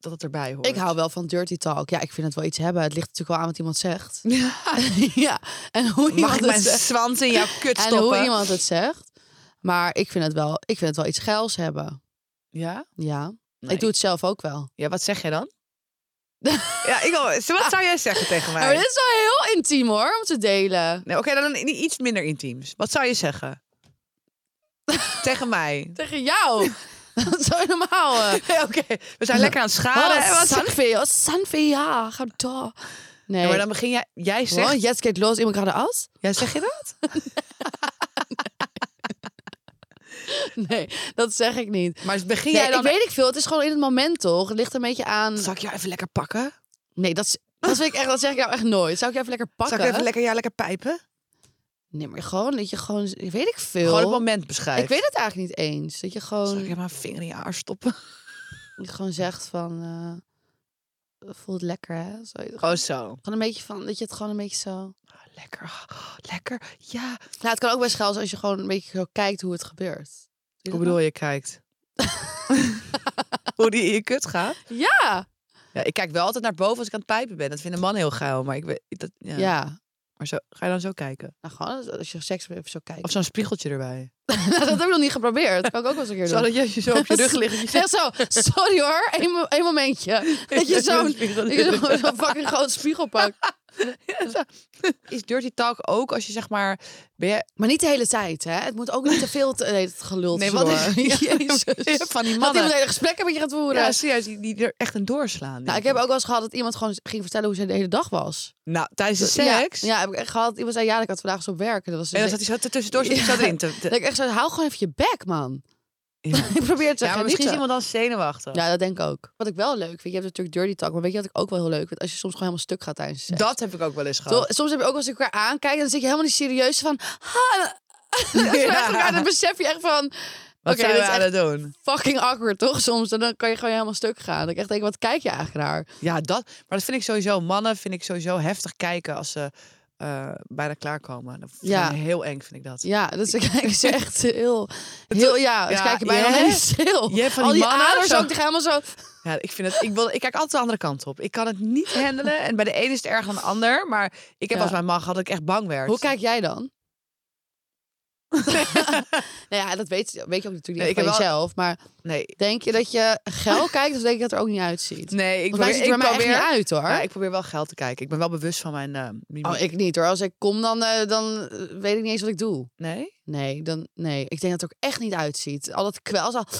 [SPEAKER 3] dat het erbij hoort.
[SPEAKER 2] Ik [LAUGHS] hou wel van dirty talk. Ja, ik vind het wel iets hebben. Het ligt natuurlijk wel aan wat iemand zegt.
[SPEAKER 3] Mag
[SPEAKER 2] [LAUGHS] ja, en hoe iemand
[SPEAKER 3] ik
[SPEAKER 2] het
[SPEAKER 3] mijn
[SPEAKER 2] zegt.
[SPEAKER 3] zwans in jouw kut
[SPEAKER 2] En hoe
[SPEAKER 3] stoppen?
[SPEAKER 2] iemand het zegt. Maar ik vind het wel, ik vind het wel iets geils hebben.
[SPEAKER 3] Ja?
[SPEAKER 2] Ja.
[SPEAKER 3] Nee.
[SPEAKER 2] Ik doe het zelf ook wel.
[SPEAKER 3] ja, wat zeg jij dan? [LAUGHS] Ah. ja, ik, wil- wat zou jij zeggen tegen mij?
[SPEAKER 2] Maar dit is wel heel intiem hoor, om te delen.
[SPEAKER 3] Nee, Oké, dan i- iets minder intiems. Wat zou je [LAUGHS] zeggen? Tegen mij.
[SPEAKER 2] Tegen
[SPEAKER 3] [LAUGHS]
[SPEAKER 2] jou. Dat is zo normaal. eh.
[SPEAKER 3] Oké, we zijn lekker aan het schaden.
[SPEAKER 2] Oh,
[SPEAKER 3] hè? Ah, Wat zeg-
[SPEAKER 2] Sanfi, oh, Sanfi, ja, ga door. Nee.
[SPEAKER 3] Ja, maar dan begin jij... Jij
[SPEAKER 2] Gewoon,
[SPEAKER 3] zegt...
[SPEAKER 2] jetzt geht los, iemand gaat de
[SPEAKER 3] [LAUGHS]
[SPEAKER 2] as?
[SPEAKER 3] Ja, zeg je dat?
[SPEAKER 2] Nee, dat zeg ik niet.
[SPEAKER 3] Maar begin
[SPEAKER 2] Nee,
[SPEAKER 3] jij dan...
[SPEAKER 2] ik weet ik veel. Het is gewoon in het moment, toch? Het ligt een beetje aan...
[SPEAKER 3] Zal ik jou even lekker pakken?
[SPEAKER 2] Nee, dat, is- dat, vind ik echt, dat zeg ik jou echt nooit. Zou ik jou even lekker pakken?
[SPEAKER 3] Zal ik even lekker jou lekker pijpen?
[SPEAKER 2] Nee, maar gewoon dat je gewoon... Weet ik veel.
[SPEAKER 3] Gewoon het moment beschrijven.
[SPEAKER 2] ik weet het eigenlijk niet eens. Dat je
[SPEAKER 3] Zal ik
[SPEAKER 2] gewoon,
[SPEAKER 3] even mijn vinger in je haar stoppen?
[SPEAKER 2] gewoon zegt van... eh, voelt lekker, hè? Zo, gewoon
[SPEAKER 3] Gewoon zo.
[SPEAKER 2] een beetje van... Dat je het gewoon een beetje zo...
[SPEAKER 3] Ah, Lekker. Ah, Lekker. Ja.
[SPEAKER 2] Nou, het kan ook best geil zijn als je gewoon een beetje zo kijkt hoe het gebeurt. Doe je dat
[SPEAKER 3] Hoe bedoel je kijkt? [LAUGHS] Hoe die in je kut gaat?
[SPEAKER 2] nou? Ja!
[SPEAKER 3] Ja, ik kijk wel altijd naar boven als ik aan het pijpen ben. Dat vinden mannen heel geil. Maar ik weet... Dat, ja.
[SPEAKER 2] Ja.
[SPEAKER 3] Maar zo, ga je dan zo kijken?
[SPEAKER 2] Nou, gewoon als je seks hebt, even zo kijkt.
[SPEAKER 3] Of zo'n spiegeltje erbij.
[SPEAKER 2] Nou, [LAUGHS] dat heb ik nog niet geprobeerd. Dat kan ik ook wel eens een keer doen.
[SPEAKER 3] Zo dat je, als je zo op je rug ligt. en je
[SPEAKER 2] Zeg [LAUGHS] zo, sorry hoor, één mo- één
[SPEAKER 3] [LAUGHS]
[SPEAKER 2] momentje. Dat je zo'n
[SPEAKER 3] spiegel
[SPEAKER 2] dat
[SPEAKER 3] in je
[SPEAKER 2] je
[SPEAKER 3] rug
[SPEAKER 2] zo'n zo'n fucking groot spiegel pakt.
[SPEAKER 3] Is dirty talk ook als je zeg maar... Ben je,
[SPEAKER 2] Maar niet de hele tijd, hè? Het moet ook niet te veel te, nee, het gelul
[SPEAKER 3] nee,
[SPEAKER 2] wat [LAUGHS]
[SPEAKER 3] wat
[SPEAKER 2] is
[SPEAKER 3] is
[SPEAKER 2] Jezus.
[SPEAKER 3] van die
[SPEAKER 2] Dat iemand
[SPEAKER 3] mannen?
[SPEAKER 2] hele gesprekken met je gaat voeren.
[SPEAKER 3] Ja, serieus, die, die er echt een doorslaan.
[SPEAKER 2] nou,
[SPEAKER 3] denk
[SPEAKER 2] ik heb ook wel eens gehad dat iemand gewoon ging vertellen hoe ze de hele dag was.
[SPEAKER 3] Nou, tijdens de
[SPEAKER 2] Ja,
[SPEAKER 3] seks.
[SPEAKER 2] Ja, heb ik echt gehad. Iemand zei, ja, ik had vandaag zo werk. En dat was dus
[SPEAKER 3] En dan zat hij zo tussendoor zat hij
[SPEAKER 2] Ja.
[SPEAKER 3] zo erin. Te,
[SPEAKER 2] [LAUGHS]
[SPEAKER 3] te-
[SPEAKER 2] dat ik echt zo, hou gewoon even je bek, man.
[SPEAKER 3] Ja.
[SPEAKER 2] [LAUGHS] ik probeer het te
[SPEAKER 3] ja,
[SPEAKER 2] zeggen.
[SPEAKER 3] maar
[SPEAKER 2] niet
[SPEAKER 3] misschien is
[SPEAKER 2] zo-
[SPEAKER 3] iemand dan zenuwachtig.
[SPEAKER 2] Ja, dat denk ik ook. Wat ik wel leuk vind, je hebt natuurlijk dirty talk, maar weet je wat ik ook wel heel leuk vind? Als je soms gewoon helemaal stuk gaat tijdens seks.
[SPEAKER 3] Dat heb ik ook wel eens
[SPEAKER 2] Toch?
[SPEAKER 3] gehad.
[SPEAKER 2] [LAUGHS] Soms heb je ook als ik elkaar aankijk, dan zit je helemaal niet serieus van. Ha,
[SPEAKER 3] Ja. [LAUGHS]
[SPEAKER 2] ja. Dan besef je echt van
[SPEAKER 3] Wat
[SPEAKER 2] Oké,
[SPEAKER 3] zijn
[SPEAKER 2] dit
[SPEAKER 3] we
[SPEAKER 2] is
[SPEAKER 3] aan het doen?
[SPEAKER 2] fucking awkward, toch? Soms. En dan kan je gewoon helemaal stuk gaan. Dat ik echt denk, wat kijk je eigenlijk naar?
[SPEAKER 3] Ja, dat. Maar dat vind ik sowieso. Mannen vind ik sowieso heftig kijken als ze eh, bijna klaarkomen. Dat vind
[SPEAKER 2] Ja.
[SPEAKER 3] ik heel eng, vind ik dat.
[SPEAKER 2] Ja, dus dan kijk
[SPEAKER 3] [LAUGHS]
[SPEAKER 2] ze echt heel. heel ja, dus
[SPEAKER 3] ja,
[SPEAKER 2] kijk je bijna
[SPEAKER 3] ja,
[SPEAKER 2] helemaal
[SPEAKER 3] hè?
[SPEAKER 2] [LAUGHS] stil.
[SPEAKER 3] Je hebt van
[SPEAKER 2] oh, Al
[SPEAKER 3] die
[SPEAKER 2] die
[SPEAKER 3] mannen
[SPEAKER 2] aders
[SPEAKER 3] zo-
[SPEAKER 2] ook, die gaan helemaal zo.
[SPEAKER 3] Ja, ik, vind het, ik, wil, ik kijk altijd de andere kant op. Ik kan het
[SPEAKER 2] [LAUGHS]
[SPEAKER 3] niet handelen. En bij de ene is het erger dan de ander. Maar ik heb
[SPEAKER 2] Ja.
[SPEAKER 3] als mijn man gehad dat ik echt bang werd.
[SPEAKER 2] Hoe kijk jij
[SPEAKER 3] [LAUGHS]
[SPEAKER 2] dan? [LAUGHS] nou ja, dat weet, weet je ook natuurlijk niet
[SPEAKER 3] Nee, ik
[SPEAKER 2] van
[SPEAKER 3] heb wel-
[SPEAKER 2] jezelf. Maar
[SPEAKER 3] Nee,
[SPEAKER 2] denk je dat je
[SPEAKER 3] [LAUGHS]
[SPEAKER 2] geil kijkt of denk je dat het er ook niet uitziet?
[SPEAKER 3] nee
[SPEAKER 2] Volgens mij
[SPEAKER 3] ik probeer,
[SPEAKER 2] ziet het
[SPEAKER 3] ik,
[SPEAKER 2] er bij mij echt
[SPEAKER 3] probeer,
[SPEAKER 2] niet uit hoor.
[SPEAKER 3] ja, ik probeer wel geld te kijken. Ik ben wel bewust van mijn... eh,
[SPEAKER 2] Oh,
[SPEAKER 3] limiet.
[SPEAKER 2] ik niet hoor. Als ik kom, dan, eh, dan eh, weet ik niet eens wat ik doe.
[SPEAKER 3] Nee?
[SPEAKER 2] Nee, dan, nee, ik denk dat het er ook echt niet uitziet. Al dat kwel, zo... [LAUGHS]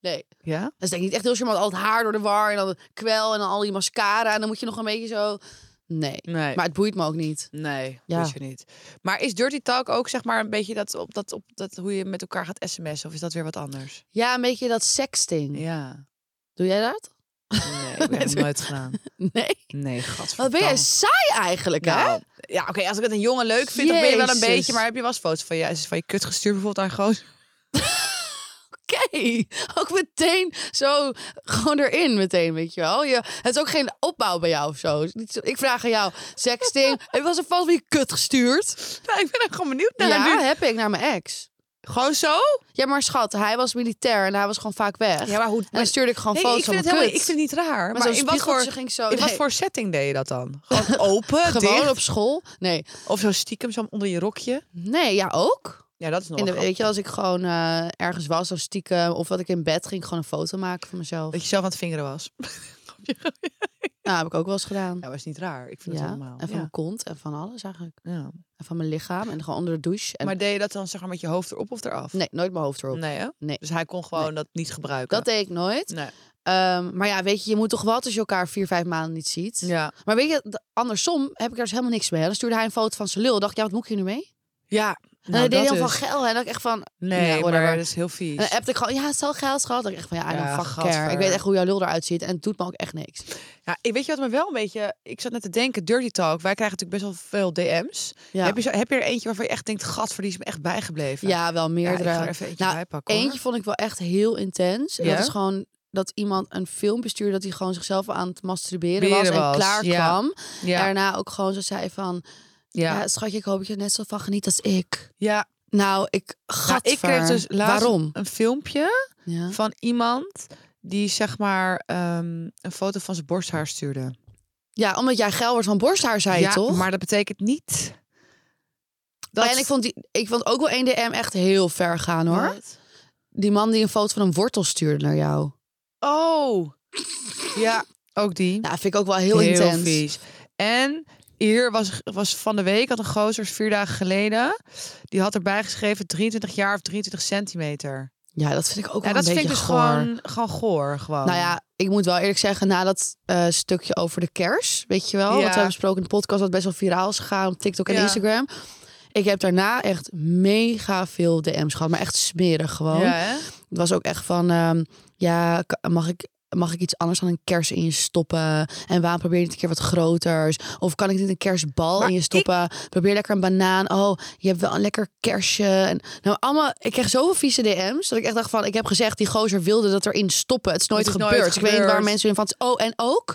[SPEAKER 2] Nee,
[SPEAKER 3] Ja?
[SPEAKER 2] dat is denk ik niet echt heel charmant. Al het haar door de war en dan het kwel en dan al die mascara. En dan moet je nog een beetje zo... Nee,
[SPEAKER 3] Nee.
[SPEAKER 2] maar het boeit me ook niet.
[SPEAKER 3] Nee,
[SPEAKER 2] Ja.
[SPEAKER 3] weet je niet. Maar is dirty talk ook zeg maar een beetje dat op dat op dat hoe je met elkaar gaat sms'en of is dat weer wat anders?
[SPEAKER 2] Ja, een beetje dat sexting.
[SPEAKER 3] Ja.
[SPEAKER 2] Doe jij dat?
[SPEAKER 3] Nee, ik heb het nooit gedaan.
[SPEAKER 2] [LAUGHS] Nee.
[SPEAKER 3] Nee, gadverdamme.
[SPEAKER 2] Wat ben jij saai eigenlijk, hè?
[SPEAKER 3] Nou, ja, oké, als ik het een jongen leuk vind, dan ben je wel een
[SPEAKER 2] Jezus.
[SPEAKER 3] beetje, maar heb je wel eens foto's van je is van je kut gestuurd bijvoorbeeld aan goos? [LAUGHS]
[SPEAKER 2] Oké. Ook meteen zo gewoon erin meteen, weet je wel. Je, het is ook geen opbouw bij jou of zo. Het is niet zo- Ik vraag aan jou, [LAUGHS] sexting. Heb je was een foto van je kut gestuurd?
[SPEAKER 3] Nou, ik ben er gewoon benieuwd naar.
[SPEAKER 2] ja, nou,
[SPEAKER 3] Nu-
[SPEAKER 2] heb ik naar mijn ex.
[SPEAKER 3] Gewoon zo?
[SPEAKER 2] Ja, maar schat, hij was militair en hij was gewoon vaak weg.
[SPEAKER 3] Ja, maar hoe
[SPEAKER 2] En dan stuurde ik gewoon
[SPEAKER 3] Nee,
[SPEAKER 2] foto's
[SPEAKER 3] ik
[SPEAKER 2] van
[SPEAKER 3] vind het
[SPEAKER 2] mijn
[SPEAKER 3] helemaal-
[SPEAKER 2] kut.
[SPEAKER 3] ik vind het niet raar,
[SPEAKER 2] maar
[SPEAKER 3] maar in wat voor
[SPEAKER 2] ging ik zo...
[SPEAKER 3] in wat
[SPEAKER 2] nee,
[SPEAKER 3] voor setting deed je dat dan? Gewoon
[SPEAKER 2] [LAUGHS]
[SPEAKER 3] open,
[SPEAKER 2] Gewoon
[SPEAKER 3] dicht?
[SPEAKER 2] op school? Nee.
[SPEAKER 3] of zo stiekem zo onder je rokje?
[SPEAKER 2] Nee, ja, ook.
[SPEAKER 3] Ja, dat is nog
[SPEAKER 2] In de,
[SPEAKER 3] wel grappig.
[SPEAKER 2] weet je, als ik gewoon eh, ergens was, dan stiekem... Of dat ik in bed ging, gewoon een foto maken van mezelf.
[SPEAKER 3] dat je zelf aan het vingeren was. [LAUGHS]
[SPEAKER 2] Nou, heb ik ook wel eens gedaan.
[SPEAKER 3] Ja, maar is niet raar. Ik vind
[SPEAKER 2] Ja,
[SPEAKER 3] het
[SPEAKER 2] en
[SPEAKER 3] normaal.
[SPEAKER 2] van mijn kont en van alles eigenlijk.
[SPEAKER 3] Ja.
[SPEAKER 2] En van mijn lichaam en gewoon onder de douche. En...
[SPEAKER 3] Maar deed je dat dan zeg maar met je hoofd erop of eraf?
[SPEAKER 2] Nee, nooit mijn hoofd erop.
[SPEAKER 3] Nee, hè?
[SPEAKER 2] Nee.
[SPEAKER 3] Dus hij kon gewoon dat niet gebruiken.
[SPEAKER 2] Dat deed ik nooit.
[SPEAKER 3] nee.
[SPEAKER 2] Ehm, maar ja, weet je, je moet toch wat als je elkaar vier, vijf maanden niet ziet.
[SPEAKER 3] Ja.
[SPEAKER 2] Maar weet je, d- andersom heb ik daar dus helemaal niks mee. Dan stuurde hij een foto van zijn lul. Dacht ik, ja, wat moet ik hier nu mee?
[SPEAKER 3] Ja.
[SPEAKER 2] En
[SPEAKER 3] Nou,
[SPEAKER 2] hij deed
[SPEAKER 3] dat
[SPEAKER 2] heel veel
[SPEAKER 3] dus.
[SPEAKER 2] geil. En dat ik echt van...
[SPEAKER 3] Nee,
[SPEAKER 2] Ja,
[SPEAKER 3] maar
[SPEAKER 2] whatever. Eh,
[SPEAKER 3] dat is heel vies.
[SPEAKER 2] En dan appte ik gewoon, ja, het is wel geil, schat. Dat ik echt van, ja, I
[SPEAKER 3] Ja,
[SPEAKER 2] don't fucking care.
[SPEAKER 3] gadver.
[SPEAKER 2] Ik weet echt hoe jouw lul eruit ziet. En het doet me ook echt niks.
[SPEAKER 3] Ja, ik- weet je wat me wel een beetje... Ik zat net te denken, dirty talk. Wij krijgen natuurlijk best wel veel DM's.
[SPEAKER 2] Ja,
[SPEAKER 3] Heb, je zo, heb je er eentje waarvan je echt denkt... Gadver, die is me echt bijgebleven.
[SPEAKER 2] ja wel
[SPEAKER 3] Ja, ik
[SPEAKER 2] meerdere.
[SPEAKER 3] ga er even eentje
[SPEAKER 2] Nou,
[SPEAKER 3] bij pakken, hoor.
[SPEAKER 2] Eentje vond ik wel echt heel intens. En
[SPEAKER 3] Ja?
[SPEAKER 2] Dat is gewoon dat iemand een film bestuurde... dat hij gewoon zichzelf aan het masturberen
[SPEAKER 3] Beren
[SPEAKER 2] was, en
[SPEAKER 3] was,
[SPEAKER 2] klaar
[SPEAKER 3] ja.
[SPEAKER 2] kwam.
[SPEAKER 3] Ja, ja.
[SPEAKER 2] Daarna ook gewoon zo zei van... Ja. schatje, ik hoop dat je er net zo van geniet als ik.
[SPEAKER 3] Ja.
[SPEAKER 2] Nou, ik...
[SPEAKER 3] Nou,
[SPEAKER 2] Gadver.
[SPEAKER 3] ik kreeg dus laatst
[SPEAKER 2] Waarom?
[SPEAKER 3] een filmpje
[SPEAKER 2] Ja.
[SPEAKER 3] van iemand... die zeg maar ehm, een foto van zijn borsthaar stuurde.
[SPEAKER 2] Ja, omdat jij geil wordt van borsthaar, zei je
[SPEAKER 3] ja,
[SPEAKER 2] toch?
[SPEAKER 3] maar dat betekent niet...
[SPEAKER 2] En ik vond, die, ik vond ook wel 1DM echt heel ver gaan, hoor.
[SPEAKER 3] Wat?
[SPEAKER 2] Die man die een foto van een wortel stuurde naar jou.
[SPEAKER 3] Oh! Ja, ook die.
[SPEAKER 2] Nou, vind ik ook wel heel, intens.
[SPEAKER 3] vies. En hier was, was van de week, had een gozer vier dagen geleden... die had erbij geschreven 23 jaar of 23 centimeter.
[SPEAKER 2] Ja, dat vind ik ook wel
[SPEAKER 3] Ja,
[SPEAKER 2] een
[SPEAKER 3] dat vind
[SPEAKER 2] beetje
[SPEAKER 3] ik dus
[SPEAKER 2] goor.
[SPEAKER 3] gewoon, gewoon goor. Gewoon.
[SPEAKER 2] Nou ja, ik moet wel eerlijk zeggen, na dat eh, stukje over de kers, weet je wel, wat we
[SPEAKER 3] Ja.
[SPEAKER 2] hebben besproken in de podcast, wat best wel viraal is gegaan op TikTok en
[SPEAKER 3] Ja.
[SPEAKER 2] Instagram. Ik heb daarna echt mega veel DM's gehad, maar echt smerig gewoon.
[SPEAKER 3] Ja, hè?
[SPEAKER 2] Het was ook echt van, ehm, ja, k- mag ik, mag ik iets anders dan een kers in je stoppen? En waarom probeer je niet een keer wat groters? Of kan ik niet een kersbal
[SPEAKER 3] Maar
[SPEAKER 2] in je stoppen? Probeer lekker een banaan. Oh, je hebt wel een lekker kersje. En, nou, allemaal, ik kreeg zoveel vieze DM's dat ik echt dacht van, ik heb gezegd, die gozer wilde dat erin stoppen. Het is nooit
[SPEAKER 3] Het is nooit
[SPEAKER 2] gebeurd. Ik weet niet waar
[SPEAKER 3] gebeurd.
[SPEAKER 2] mensen in van, oh, en ook,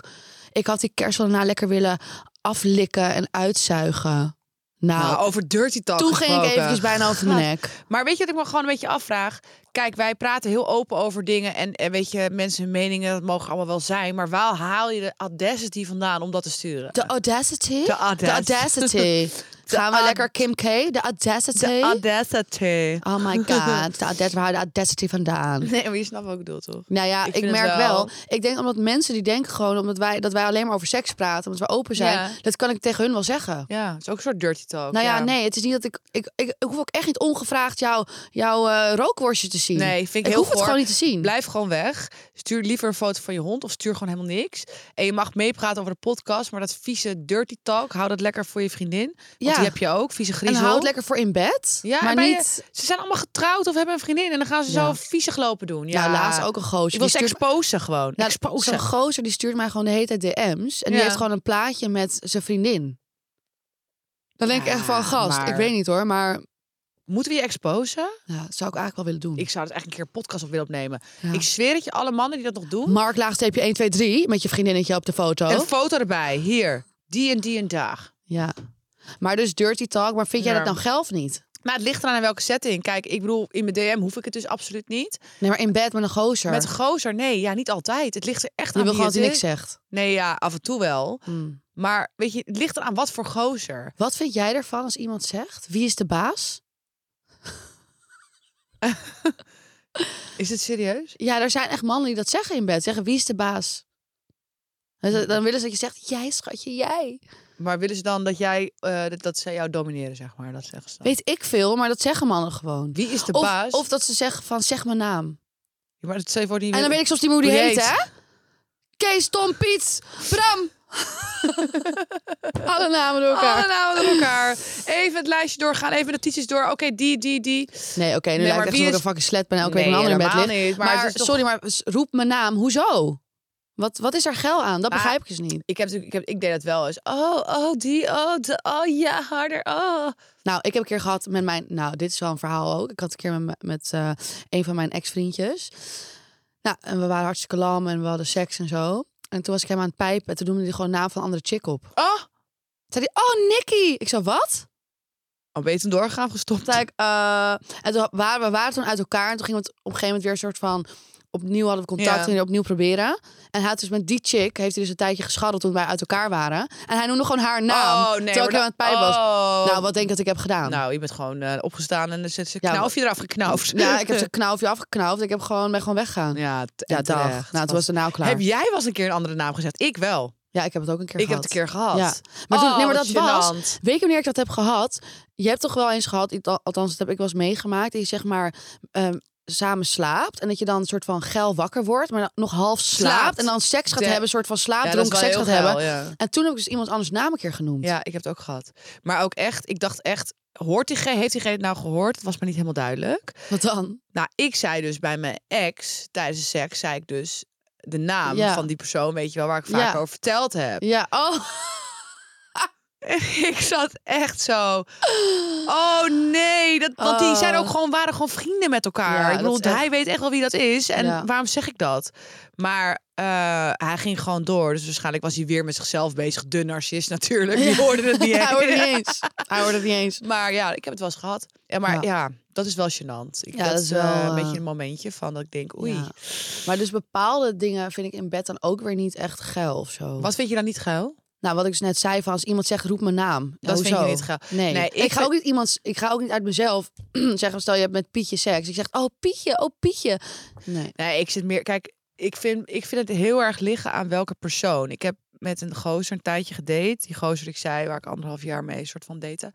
[SPEAKER 2] ik had die kers wel daarna lekker willen aflikken en uitzuigen. Nou,
[SPEAKER 3] Nou, over dirty talk
[SPEAKER 2] toen ging ik
[SPEAKER 3] gesproken.
[SPEAKER 2] eventjes bijna over
[SPEAKER 3] [LAUGHS]
[SPEAKER 2] mijn nek.
[SPEAKER 3] Maar weet je wat ik me gewoon een beetje afvraag? Kijk, wij praten heel open over dingen. En, en weet je, mensen hun meningen, dat mogen allemaal wel zijn. Maar waar haal je de audacity vandaan om dat te sturen?
[SPEAKER 2] De audacity?
[SPEAKER 3] De audac-
[SPEAKER 2] audacity. Gaan we
[SPEAKER 3] au-
[SPEAKER 2] lekker Kim K? De audacity?
[SPEAKER 3] De audacity.
[SPEAKER 2] oh
[SPEAKER 3] [LAUGHS]
[SPEAKER 2] my god. De audacity, waar haal je de audacity vandaan?
[SPEAKER 3] Nee, maar je snapt wat ik bedoel, toch?
[SPEAKER 2] Nou ja,
[SPEAKER 3] Ik
[SPEAKER 2] ik,
[SPEAKER 3] vind het
[SPEAKER 2] merk wel.
[SPEAKER 3] wel.
[SPEAKER 2] Ik denk omdat mensen die denken gewoon omdat wij, dat wij alleen maar over seks praten, omdat we open zijn,
[SPEAKER 3] Ja.
[SPEAKER 2] dat kan ik tegen hun wel zeggen.
[SPEAKER 3] Ja, het is ook een soort dirty talk.
[SPEAKER 2] Nou ja, nee, het is niet dat ik. Ik, ik, ik hoef ook echt niet ongevraagd jouw jouw eh, rookworstje te zien.
[SPEAKER 3] Nee, vind
[SPEAKER 2] ik
[SPEAKER 3] ik heel
[SPEAKER 2] hoef het
[SPEAKER 3] goor.
[SPEAKER 2] gewoon niet te zien.
[SPEAKER 3] Blijf gewoon weg. Stuur liever een foto van je hond of stuur gewoon helemaal niks. En je mag meepraten over de podcast, maar dat vieze dirty talk, hou dat lekker voor je vriendin. Want
[SPEAKER 2] Ja.
[SPEAKER 3] die heb je ook, vieze
[SPEAKER 2] en
[SPEAKER 3] griezel.
[SPEAKER 2] hou het lekker voor in bed.
[SPEAKER 3] Ja, en
[SPEAKER 2] maar
[SPEAKER 3] ben je-
[SPEAKER 2] niet.
[SPEAKER 3] Ze zijn allemaal getrouwd of hebben een vriendin en dan gaan ze
[SPEAKER 2] Ja.
[SPEAKER 3] zo viezig lopen doen. Ja,
[SPEAKER 2] Nou, laatst ook een gozer.
[SPEAKER 3] Ik
[SPEAKER 2] die
[SPEAKER 3] wil ze
[SPEAKER 2] stuurde-
[SPEAKER 3] exposen gewoon.
[SPEAKER 2] Nou,
[SPEAKER 3] exposen.
[SPEAKER 2] zo'n gozer die stuurt mij gewoon de hele tijd DM's. En die
[SPEAKER 3] Ja.
[SPEAKER 2] heeft gewoon een plaatje met zijn vriendin. Dan denk ik echt
[SPEAKER 3] Ja,
[SPEAKER 2] van, gast,
[SPEAKER 3] Ah, maar-
[SPEAKER 2] ik weet niet hoor, maar
[SPEAKER 3] Moeten we je exposen?
[SPEAKER 2] ja, dat zou ik eigenlijk wel willen doen.
[SPEAKER 3] Ik zou het echt een keer een podcast op willen opnemen.
[SPEAKER 2] Ja.
[SPEAKER 3] Ik zweer het je, alle mannen die dat nog doen.
[SPEAKER 2] Mark laagstreepje 1, 2, 3 met je vriendinnetje op de foto.
[SPEAKER 3] Een foto erbij. Hier. Die en die en dag.
[SPEAKER 2] Ja. Maar dus dirty talk, maar vind jij
[SPEAKER 3] Ja.
[SPEAKER 2] dat nou geil of niet?
[SPEAKER 3] Maar het ligt eraan in welke setting. Kijk, ik bedoel, in mijn DM hoef ik het dus absoluut niet.
[SPEAKER 2] Nee, maar in bed met een gozer.
[SPEAKER 3] Met een gozer, nee, ja, niet altijd. Het ligt er echt
[SPEAKER 2] je
[SPEAKER 3] aan
[SPEAKER 2] wil
[SPEAKER 3] wie
[SPEAKER 2] gewoon dat hij
[SPEAKER 3] het
[SPEAKER 2] niks
[SPEAKER 3] is.
[SPEAKER 2] zegt.
[SPEAKER 3] Nee, ja, af en toe wel.
[SPEAKER 2] Hmm.
[SPEAKER 3] Maar weet je, het ligt eraan wat voor gozer.
[SPEAKER 2] Wat vind jij ervan als iemand zegt, wie is de baas?
[SPEAKER 3] Is het serieus?
[SPEAKER 2] Ja, er zijn echt mannen die dat zeggen in bed. Zeggen, wie is de baas? Dus Dan willen ze dat je zegt, jij schatje, jij.
[SPEAKER 3] Maar willen ze dan dat jij, eh, dat, dat zij jou domineren, zeg maar? Dat zeggen ze dan.
[SPEAKER 2] Weet ik veel, maar dat zeggen mannen gewoon.
[SPEAKER 3] Wie is de
[SPEAKER 2] of,
[SPEAKER 3] baas?
[SPEAKER 2] Of dat ze zeggen van zeg mijn naam.
[SPEAKER 3] Ja, maar dat zei voor die.
[SPEAKER 2] En dan weet ik soms niet meer hoe die
[SPEAKER 3] Hoe die
[SPEAKER 2] heet, hè?
[SPEAKER 3] heet.
[SPEAKER 2] Kees, Tom, Piet,
[SPEAKER 3] [LAUGHS]
[SPEAKER 2] Bram. Alle namen door elkaar.
[SPEAKER 3] Alle namen door elkaar. Even het lijstje doorgaan, even de notities door. Oké, die, die, die.
[SPEAKER 2] Nee, oké, nu
[SPEAKER 3] Nee,
[SPEAKER 2] lijkt
[SPEAKER 3] maar
[SPEAKER 2] het echt
[SPEAKER 3] wie
[SPEAKER 2] alsof Nou, ik
[SPEAKER 3] is-
[SPEAKER 2] een fucking slet ben en elke
[SPEAKER 3] Nee,
[SPEAKER 2] week een ander in bed
[SPEAKER 3] helemaal
[SPEAKER 2] ligt.
[SPEAKER 3] niet, maar
[SPEAKER 2] maar
[SPEAKER 3] het is toch-
[SPEAKER 2] sorry, maar s- roep mijn naam. Hoezo? Wat, wat is er geil aan? Dat
[SPEAKER 3] Maar-
[SPEAKER 2] begrijp ik dus niet.
[SPEAKER 3] Ik, heb, natuurlijk- ik, heb, ik deed dat wel eens. Oh, oh, die, oh, de, oh ja, harder, oh.
[SPEAKER 2] Nou, ik heb een keer gehad met mijn... Nou, dit is wel een verhaal ook. Ik had een keer met, m- met eh, een van mijn ex-vriendjes. Nou, en we waren hartstikke lam en we hadden seks en zo. En toen was ik hem aan het pijpen. En toen noemde hij gewoon de naam van een andere chick op.
[SPEAKER 3] Oh,
[SPEAKER 2] Zei hij, oh, Nicky. Ik zei, wat?
[SPEAKER 3] oh ben je toen doorgaan gestopt?
[SPEAKER 2] Toen zei ik, eh, en toen waren we waren toen uit elkaar. En toen gingen we het op een gegeven moment weer een soort van... Opnieuw hadden we contact
[SPEAKER 3] Ja.
[SPEAKER 2] en weer opnieuw proberen. En hij had dus met die chick, heeft hij dus een tijdje gescharreld toen wij uit elkaar waren. En hij noemde gewoon haar naam,
[SPEAKER 3] Oh, nee.
[SPEAKER 2] terwijl ik hem
[SPEAKER 3] maar
[SPEAKER 2] aan het pijpen was.
[SPEAKER 3] Oh.
[SPEAKER 2] Nou, wat denk ik dat ik heb gedaan?
[SPEAKER 3] Nou, je bent gewoon eh, opgestaan en dan zit ze
[SPEAKER 2] Ja,
[SPEAKER 3] knaufje eraf geknauwd.
[SPEAKER 2] Ja,
[SPEAKER 3] [LAUGHS]
[SPEAKER 2] ik heb zijn knaufje afgeknauwd. Ik heb gewoon, ben gewoon weggegaan. Ja,
[SPEAKER 3] Ja, t- en
[SPEAKER 2] dag.
[SPEAKER 3] terecht.
[SPEAKER 2] Nou, het was daarna ook klaar.
[SPEAKER 3] Heb jij was een keer een andere naam gezegd? Ik wel.
[SPEAKER 2] Ja, ik heb het ook een keer
[SPEAKER 3] Ik heb
[SPEAKER 2] gehad.
[SPEAKER 3] het een keer gehad.
[SPEAKER 2] Ja. Maar toen, nee, maar
[SPEAKER 3] Oh,
[SPEAKER 2] dat was.
[SPEAKER 3] gênant.
[SPEAKER 2] Weet je wanneer ik dat heb gehad? Je hebt toch wel eens gehad, ik- al- althans, dat heb ik wel eens meegemaakt, dat je zeg maar ehm, samen slaapt en dat je dan een soort van geil wakker wordt, maar dan nog half slaapt,
[SPEAKER 3] Slaapt.
[SPEAKER 2] en dan seks gaat
[SPEAKER 3] De-
[SPEAKER 2] hebben, een soort van
[SPEAKER 3] Ja, dat is
[SPEAKER 2] slaapdronken
[SPEAKER 3] wel
[SPEAKER 2] seks
[SPEAKER 3] heel
[SPEAKER 2] gaat
[SPEAKER 3] geil,
[SPEAKER 2] hebben.
[SPEAKER 3] Ja.
[SPEAKER 2] En toen heb ik dus iemand anders naam een keer genoemd.
[SPEAKER 3] ja, ik heb het ook gehad. Maar ook echt, ik dacht echt, hoort die, heeft diegene het nou gehoord? Het was me niet helemaal duidelijk.
[SPEAKER 2] Wat dan?
[SPEAKER 3] Nou, ik zei dus bij mijn ex tijdens de seks, zei ik dus de naam
[SPEAKER 2] Ja.
[SPEAKER 3] van die persoon, weet je wel, waar ik vaak
[SPEAKER 2] Ja. oh,
[SPEAKER 3] [LAUGHS] over verteld heb.
[SPEAKER 2] Ja, oh.
[SPEAKER 3] En [LAUGHS] ik zat echt zo. Oh nee, dat, want die
[SPEAKER 2] Oh.
[SPEAKER 3] zijn ook gewoon, waren gewoon vrienden met elkaar.
[SPEAKER 2] Ja,
[SPEAKER 3] ik bedoel,
[SPEAKER 2] dat is echt-
[SPEAKER 3] hij weet echt wel wie dat is. En
[SPEAKER 2] Ja.
[SPEAKER 3] waarom zeg ik dat? Maar eh, hij ging gewoon door. Dus waarschijnlijk was hij weer met zichzelf bezig. De narcist natuurlijk. Die hoorde het
[SPEAKER 2] [LAUGHS]
[SPEAKER 3] niet.
[SPEAKER 2] Hij
[SPEAKER 3] echt.
[SPEAKER 2] hoorde het niet eens. Hij hoorde het niet eens.
[SPEAKER 3] Maar ja, ik heb het wel eens gehad. Ja, maar ja,
[SPEAKER 2] Ja.
[SPEAKER 3] dat is wel gênant. Ik,
[SPEAKER 2] Ja,
[SPEAKER 3] dat,
[SPEAKER 2] dat
[SPEAKER 3] is
[SPEAKER 2] is
[SPEAKER 3] wel
[SPEAKER 2] wel,
[SPEAKER 3] een beetje
[SPEAKER 2] eh,
[SPEAKER 3] een momentje van dat ik denk, oei.
[SPEAKER 2] Ja. Maar dus bepaalde dingen vind ik in bed dan ook weer niet echt geil of zo.
[SPEAKER 3] Wat vind je dan niet geil?
[SPEAKER 2] Nou, wat ik dus net zei van als iemand zegt roep mijn naam. Ja,
[SPEAKER 3] Dat vind
[SPEAKER 2] hoezo?
[SPEAKER 3] je niet geil.
[SPEAKER 2] Nee,
[SPEAKER 3] Nee,
[SPEAKER 2] ik,
[SPEAKER 3] ik
[SPEAKER 2] ga
[SPEAKER 3] vind-
[SPEAKER 2] ook niet iemand, ik ga ook niet uit mezelf [CLEARS THROAT] zeggen stel je hebt met Pietje seks. Ik zeg oh Pietje, oh Pietje. Nee.
[SPEAKER 3] Nee, ik zit meer. Kijk, ik vind, ik vind het heel erg liggen aan welke persoon. Ik heb met een gozer een tijdje gedate. Die gozer, die ik zei, waar ik anderhalf jaar mee soort van date.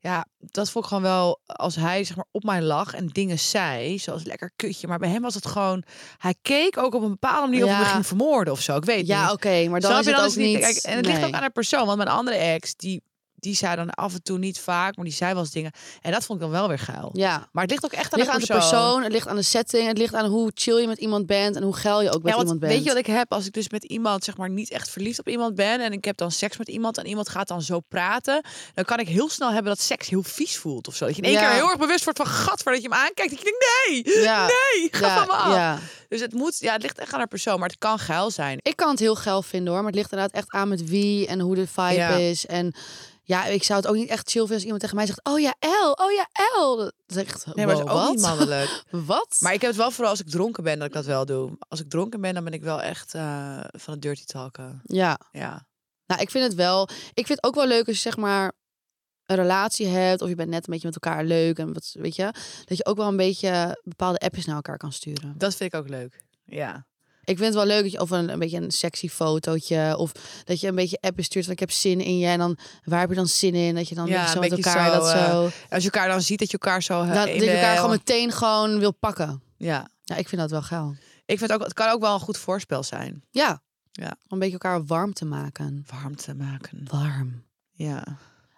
[SPEAKER 3] Ja, dat vond ik gewoon wel. Als hij zeg maar op mij lag en dingen zei, zoals lekker kutje. Maar bij hem was het gewoon. Hij keek ook op een bepaalde manier of hij me
[SPEAKER 2] Ja.
[SPEAKER 3] ging vermoorden of zo. Ik weet
[SPEAKER 2] Ja,
[SPEAKER 3] niet.
[SPEAKER 2] oké, maar dan
[SPEAKER 3] Snap
[SPEAKER 2] is
[SPEAKER 3] je?
[SPEAKER 2] het
[SPEAKER 3] Dan
[SPEAKER 2] ook
[SPEAKER 3] is het
[SPEAKER 2] niet.
[SPEAKER 3] Kijk, en het ligt
[SPEAKER 2] nee.
[SPEAKER 3] ook aan de persoon. Want mijn andere ex, die, die zei dan af en toe niet vaak, maar die zei wel eens dingen. En dat vond ik dan wel weer geil.
[SPEAKER 2] Ja.
[SPEAKER 3] Maar het ligt ook echt
[SPEAKER 2] Het
[SPEAKER 3] aan,
[SPEAKER 2] ligt
[SPEAKER 3] de,
[SPEAKER 2] aan de
[SPEAKER 3] persoon.
[SPEAKER 2] persoon, het ligt aan de setting, het ligt aan hoe chill je met iemand bent en hoe geil je ook met
[SPEAKER 3] Ja, want
[SPEAKER 2] iemand bent.
[SPEAKER 3] weet je wat ik heb als ik dus met iemand zeg maar niet echt verliefd op iemand ben en ik heb dan seks met iemand en iemand gaat dan zo praten, dan kan ik heel snel hebben dat seks heel vies voelt of zo. Dat je in één
[SPEAKER 2] Ja.
[SPEAKER 3] keer heel erg bewust wordt van gat voordat je hem aankijkt. Dat je denkt nee, [LAUGHS]
[SPEAKER 2] Ja.
[SPEAKER 3] nee, ga
[SPEAKER 2] ja,
[SPEAKER 3] van me af.
[SPEAKER 2] ja.
[SPEAKER 3] Dus het moet, ja, het ligt echt aan de persoon, maar het kan geil zijn.
[SPEAKER 2] Ik kan het heel geil vinden hoor, maar het ligt inderdaad echt aan met wie en hoe de vibe
[SPEAKER 3] Ja.
[SPEAKER 2] is. En ja, ik zou het ook niet echt chill vinden als iemand tegen mij zegt: Oh ja, L, oh ja, L. Dat is echt,
[SPEAKER 3] Nee, maar het is
[SPEAKER 2] wow,
[SPEAKER 3] ook
[SPEAKER 2] wat?
[SPEAKER 3] niet mannelijk.
[SPEAKER 2] Wat?
[SPEAKER 3] [LAUGHS] Maar ik heb het wel vooral als ik dronken ben dat ik dat wel doe. Als ik dronken ben, dan ben ik wel echt eh, van het dirty talken.
[SPEAKER 2] Ja,
[SPEAKER 3] Ja.
[SPEAKER 2] nou, ik vind het wel. Ik vind het ook wel leuk als je zeg maar een relatie hebt of je bent net een beetje met elkaar leuk en wat weet je, dat je ook wel een beetje bepaalde appjes naar elkaar kan sturen.
[SPEAKER 3] Dat vind ik ook leuk. Ja.
[SPEAKER 2] Ik vind het wel leuk dat je of een, een beetje een sexy fotootje of dat je een beetje appjes stuurt van ik heb zin in je en dan waar heb je dan zin in dat je dan
[SPEAKER 3] Ja,
[SPEAKER 2] ja, zo
[SPEAKER 3] een
[SPEAKER 2] met
[SPEAKER 3] beetje
[SPEAKER 2] elkaar
[SPEAKER 3] zo,
[SPEAKER 2] dat
[SPEAKER 3] eh,
[SPEAKER 2] zo.
[SPEAKER 3] Als je elkaar dan ziet dat je elkaar zo... eh,
[SPEAKER 2] Dat, dat je elkaar
[SPEAKER 3] helemaal-
[SPEAKER 2] gewoon meteen gewoon wil pakken.
[SPEAKER 3] Ja.
[SPEAKER 2] Ja, ik vind dat wel geil.
[SPEAKER 3] Ik vind ook, het kan ook wel een goed voorspel zijn.
[SPEAKER 2] Ja.
[SPEAKER 3] Ja.
[SPEAKER 2] Om een beetje elkaar warm te maken.
[SPEAKER 3] warm te maken.
[SPEAKER 2] Warm.
[SPEAKER 3] Ja.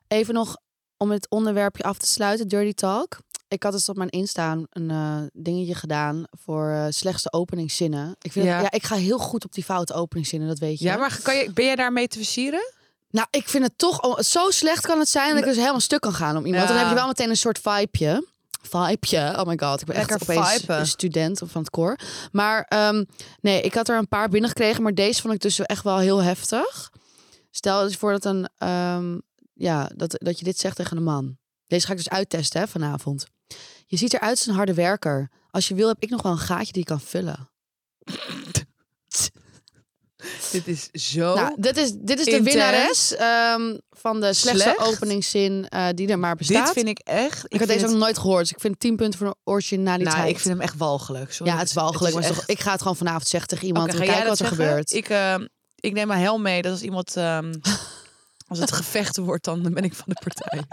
[SPEAKER 2] Even nog om het onderwerpje af te sluiten, Dirty Talk. Ik had dus op mijn Insta een eh, dingetje gedaan voor eh, slechtste openingszinnen. Ik, vind
[SPEAKER 3] Ja.
[SPEAKER 2] dat- ja, ik ga heel goed op die foute openingszinnen, dat weet je.
[SPEAKER 3] Ja, maar kan je, ben jij daarmee te versieren?
[SPEAKER 2] Nou, ik vind het toch... oh, zo slecht kan het zijn dat ik dus helemaal stuk kan gaan om iemand.
[SPEAKER 3] Ja.
[SPEAKER 2] Dan heb je wel meteen een soort vibeje. Vibeje, oh my god. Ik ben echt
[SPEAKER 3] Lekker
[SPEAKER 2] opeens
[SPEAKER 3] viben.
[SPEAKER 2] een student van het koor. Maar ehm, nee, ik had er een paar binnengekregen. Maar deze vond ik dus echt wel heel heftig. Stel eens voor dat, een, ehm, ja, dat, dat je dit zegt tegen een man. Deze ga ik dus uittesten hè, vanavond. Je ziet eruit als een harde werker. Als je wil heb ik nog wel een gaatje die je kan vullen.
[SPEAKER 3] Dit is zo.
[SPEAKER 2] nou, dit is, dit is de
[SPEAKER 3] Oh, intens.
[SPEAKER 2] winnares ehm, van de slechtste
[SPEAKER 3] Slecht?
[SPEAKER 2] openingszin eh, die er maar
[SPEAKER 3] dit
[SPEAKER 2] bestaat.
[SPEAKER 3] vind ik echt.
[SPEAKER 2] Ik, had
[SPEAKER 3] vind
[SPEAKER 2] deze
[SPEAKER 3] het-
[SPEAKER 2] ook nooit gehoord. Dus ik vind 10 punten voor de originaliteit.
[SPEAKER 3] Nou, ik vind hem echt walgelijk. Sorry.
[SPEAKER 2] ja, het is wel gelukkig. Maar toch, ik ga het gewoon vanavond zeggen tegen iemand. en
[SPEAKER 3] ga
[SPEAKER 2] we
[SPEAKER 3] jij
[SPEAKER 2] kijken
[SPEAKER 3] dat
[SPEAKER 2] wat er
[SPEAKER 3] zeggen?
[SPEAKER 2] gebeurt.
[SPEAKER 3] Ik, ehm, ik neem mijn helm mee. Dat als
[SPEAKER 2] [LAUGHS]
[SPEAKER 3] iemand. ehm, als het gevechten wordt, dan ben ik van de
[SPEAKER 2] [LAUGHS]
[SPEAKER 3] partij.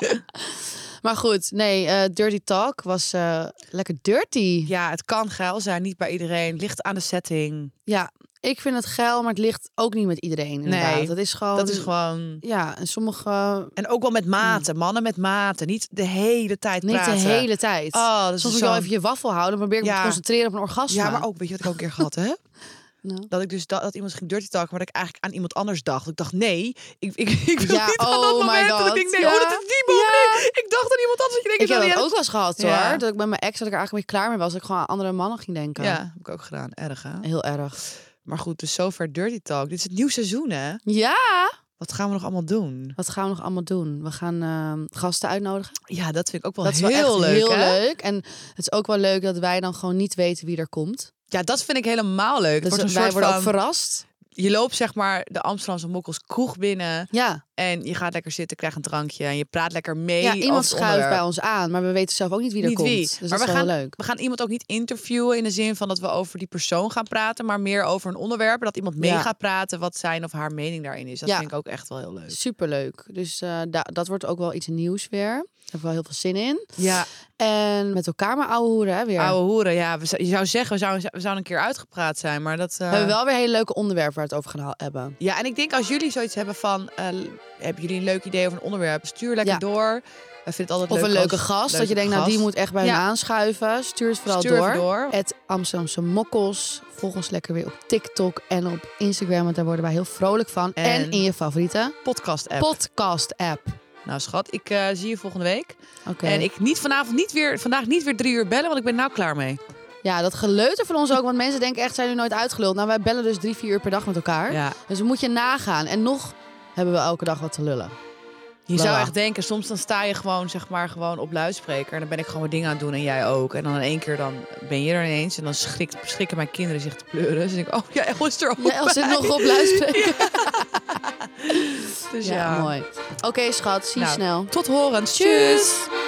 [SPEAKER 2] Maar goed, nee, eh, Dirty Talk was eh, lekker dirty. Ja.
[SPEAKER 3] ja, het kan geil zijn. Niet bij iedereen. Ligt aan de setting.
[SPEAKER 2] ik vind het geil, maar het ligt ook niet met iedereen. Inderdaad.
[SPEAKER 3] Nee,
[SPEAKER 2] dat is gewoon.
[SPEAKER 3] Dat is gewoon.
[SPEAKER 2] Ja, en sommige.
[SPEAKER 3] En ook wel met maten. Mannen met maten. Niet de hele tijd
[SPEAKER 2] Niet
[SPEAKER 3] praten.
[SPEAKER 2] de hele tijd.
[SPEAKER 3] Oh, dat is
[SPEAKER 2] Soms moet
[SPEAKER 3] zo...
[SPEAKER 2] je wel even je waffel houden. Dan probeer ik me
[SPEAKER 3] Ja.
[SPEAKER 2] te concentreren op een orgasme.
[SPEAKER 3] Ja, maar ook, weet je wat ik ook een keer gehad heb?
[SPEAKER 2] Nou.
[SPEAKER 3] Dat ik dus da- dat iemand ging dirty talken, maar dat ik eigenlijk aan iemand anders dacht. Ik dacht, nee, ik, [LAUGHS] ik, ik wil
[SPEAKER 2] Ja,
[SPEAKER 3] niet aan dat
[SPEAKER 2] oh my
[SPEAKER 3] moment. Dat ik
[SPEAKER 2] God,
[SPEAKER 3] denk, nee,
[SPEAKER 2] ja.
[SPEAKER 3] oh, dat is die boom.
[SPEAKER 2] Ja.
[SPEAKER 3] nee. Ik dacht aan iemand anders. Dat je denkt,
[SPEAKER 2] Ik heb
[SPEAKER 3] wil
[SPEAKER 2] dat
[SPEAKER 3] die-
[SPEAKER 2] ook wel eens gehad
[SPEAKER 3] Ja.
[SPEAKER 2] hoor. Dat ik met mijn ex dat ik er eigenlijk een beetje klaar mee was. Dat ik gewoon aan andere mannen ging denken.
[SPEAKER 3] Ja, heb ik ook gedaan. Erg, hè?
[SPEAKER 2] Heel erg.
[SPEAKER 3] Maar goed, dus zover dirty talk. Dit is het nieuw seizoen, hè?
[SPEAKER 2] Ja.
[SPEAKER 3] Wat gaan we nog allemaal doen?
[SPEAKER 2] Wat gaan we nog allemaal doen? We gaan eh, gasten uitnodigen.
[SPEAKER 3] Ja, dat vind ik ook wel
[SPEAKER 2] dat is
[SPEAKER 3] Oh, heel
[SPEAKER 2] wel echt
[SPEAKER 3] leuk,
[SPEAKER 2] heel
[SPEAKER 3] hè?
[SPEAKER 2] leuk. En het is ook wel leuk dat wij dan gewoon niet weten wie er komt.
[SPEAKER 3] Ja, dat vind ik helemaal leuk. Het
[SPEAKER 2] Dus
[SPEAKER 3] wordt een
[SPEAKER 2] wij
[SPEAKER 3] soort
[SPEAKER 2] worden
[SPEAKER 3] van,
[SPEAKER 2] ook verrast.
[SPEAKER 3] Je loopt zeg maar de Amsterdamse Mokkels kroeg binnen
[SPEAKER 2] Ja,
[SPEAKER 3] en je gaat lekker zitten, krijgt een drankje en je praat lekker mee.
[SPEAKER 2] ja
[SPEAKER 3] over
[SPEAKER 2] iemand
[SPEAKER 3] het
[SPEAKER 2] schuift
[SPEAKER 3] onderwerp.
[SPEAKER 2] bij ons aan, maar we weten zelf ook niet wie er
[SPEAKER 3] Niet
[SPEAKER 2] komt.
[SPEAKER 3] wie.
[SPEAKER 2] Dus dat
[SPEAKER 3] Maar we
[SPEAKER 2] is wel
[SPEAKER 3] gaan-
[SPEAKER 2] heel leuk.
[SPEAKER 3] We gaan iemand ook niet interviewen in de zin van dat we over die persoon gaan praten, maar meer over een onderwerp. Dat iemand mee
[SPEAKER 2] Ja.
[SPEAKER 3] gaat praten wat zijn of haar mening daarin is. Dat
[SPEAKER 2] Ja.
[SPEAKER 3] vind ik ook echt wel heel leuk.
[SPEAKER 2] Superleuk. Dus eh, da- dat wordt ook wel iets nieuws weer. Daar heb ik wel heel veel zin in.
[SPEAKER 3] Ja,
[SPEAKER 2] En met elkaar maar ouwe hoeren hè, weer.
[SPEAKER 3] ouwe hoeren. Ja, we, zou- je zou zeggen, we zouden, we zouden een keer uitgepraat zijn, maar dat... eh,
[SPEAKER 2] We hebben wel weer hele leuke onderwerpen waar we het over gaan ha- hebben.
[SPEAKER 3] Ja, en ik denk als jullie zoiets hebben van, eh, hebben jullie een leuk idee over een onderwerp, stuur lekker
[SPEAKER 2] Ja.
[SPEAKER 3] door. Wij vinden het altijd
[SPEAKER 2] Of een
[SPEAKER 3] leuk
[SPEAKER 2] leuke
[SPEAKER 3] als-
[SPEAKER 2] gast. dat
[SPEAKER 3] leuke
[SPEAKER 2] je denkt, nou die
[SPEAKER 3] gast.
[SPEAKER 2] moet echt bij me
[SPEAKER 3] Ja.
[SPEAKER 2] aanschuiven. Stuur het vooral
[SPEAKER 3] Stuur
[SPEAKER 2] door.
[SPEAKER 3] even door.
[SPEAKER 2] Het Amsterdamse mokkels. Volg ons lekker weer op TikTok en op Instagram. Want daar worden wij heel vrolijk van. En,
[SPEAKER 3] En
[SPEAKER 2] in je favoriete
[SPEAKER 3] Podcast app.
[SPEAKER 2] podcast app.
[SPEAKER 3] nou schat, ik eh, zie je volgende week.
[SPEAKER 2] Oké.
[SPEAKER 3] En ik niet vanavond niet weer, vandaag niet weer drie uur bellen, want ik ben nou klaar mee.
[SPEAKER 2] Ja, dat geleuter van ons ook. Want mensen denken echt, zijn nu nooit uitgeluld? Nou, wij bellen dus drie, vier uur per dag met elkaar.
[SPEAKER 3] Ja.
[SPEAKER 2] Dus dan moet je nagaan. En nog hebben we elke dag wat te lullen.
[SPEAKER 3] Je
[SPEAKER 2] Lala.
[SPEAKER 3] zou echt denken, soms dan sta je gewoon, zeg maar, gewoon op luidspreker. En dan ben ik gewoon wat dingen aan het doen en jij ook. En dan in één keer dan ben je er ineens. En dan schrikt, schrikken mijn kinderen zich te pleuren. Dus ik denk, oh ja, [LAUGHS] El is er ook
[SPEAKER 2] Ja, Els zit
[SPEAKER 3] bij.
[SPEAKER 2] nog op luisteren.
[SPEAKER 3] Dus
[SPEAKER 2] Ja,
[SPEAKER 3] ja,
[SPEAKER 2] mooi. Oké, schat. Zie je
[SPEAKER 3] Dus
[SPEAKER 2] snel.
[SPEAKER 3] Nou, Tot horens.
[SPEAKER 2] Tjus.
[SPEAKER 3] Tjus.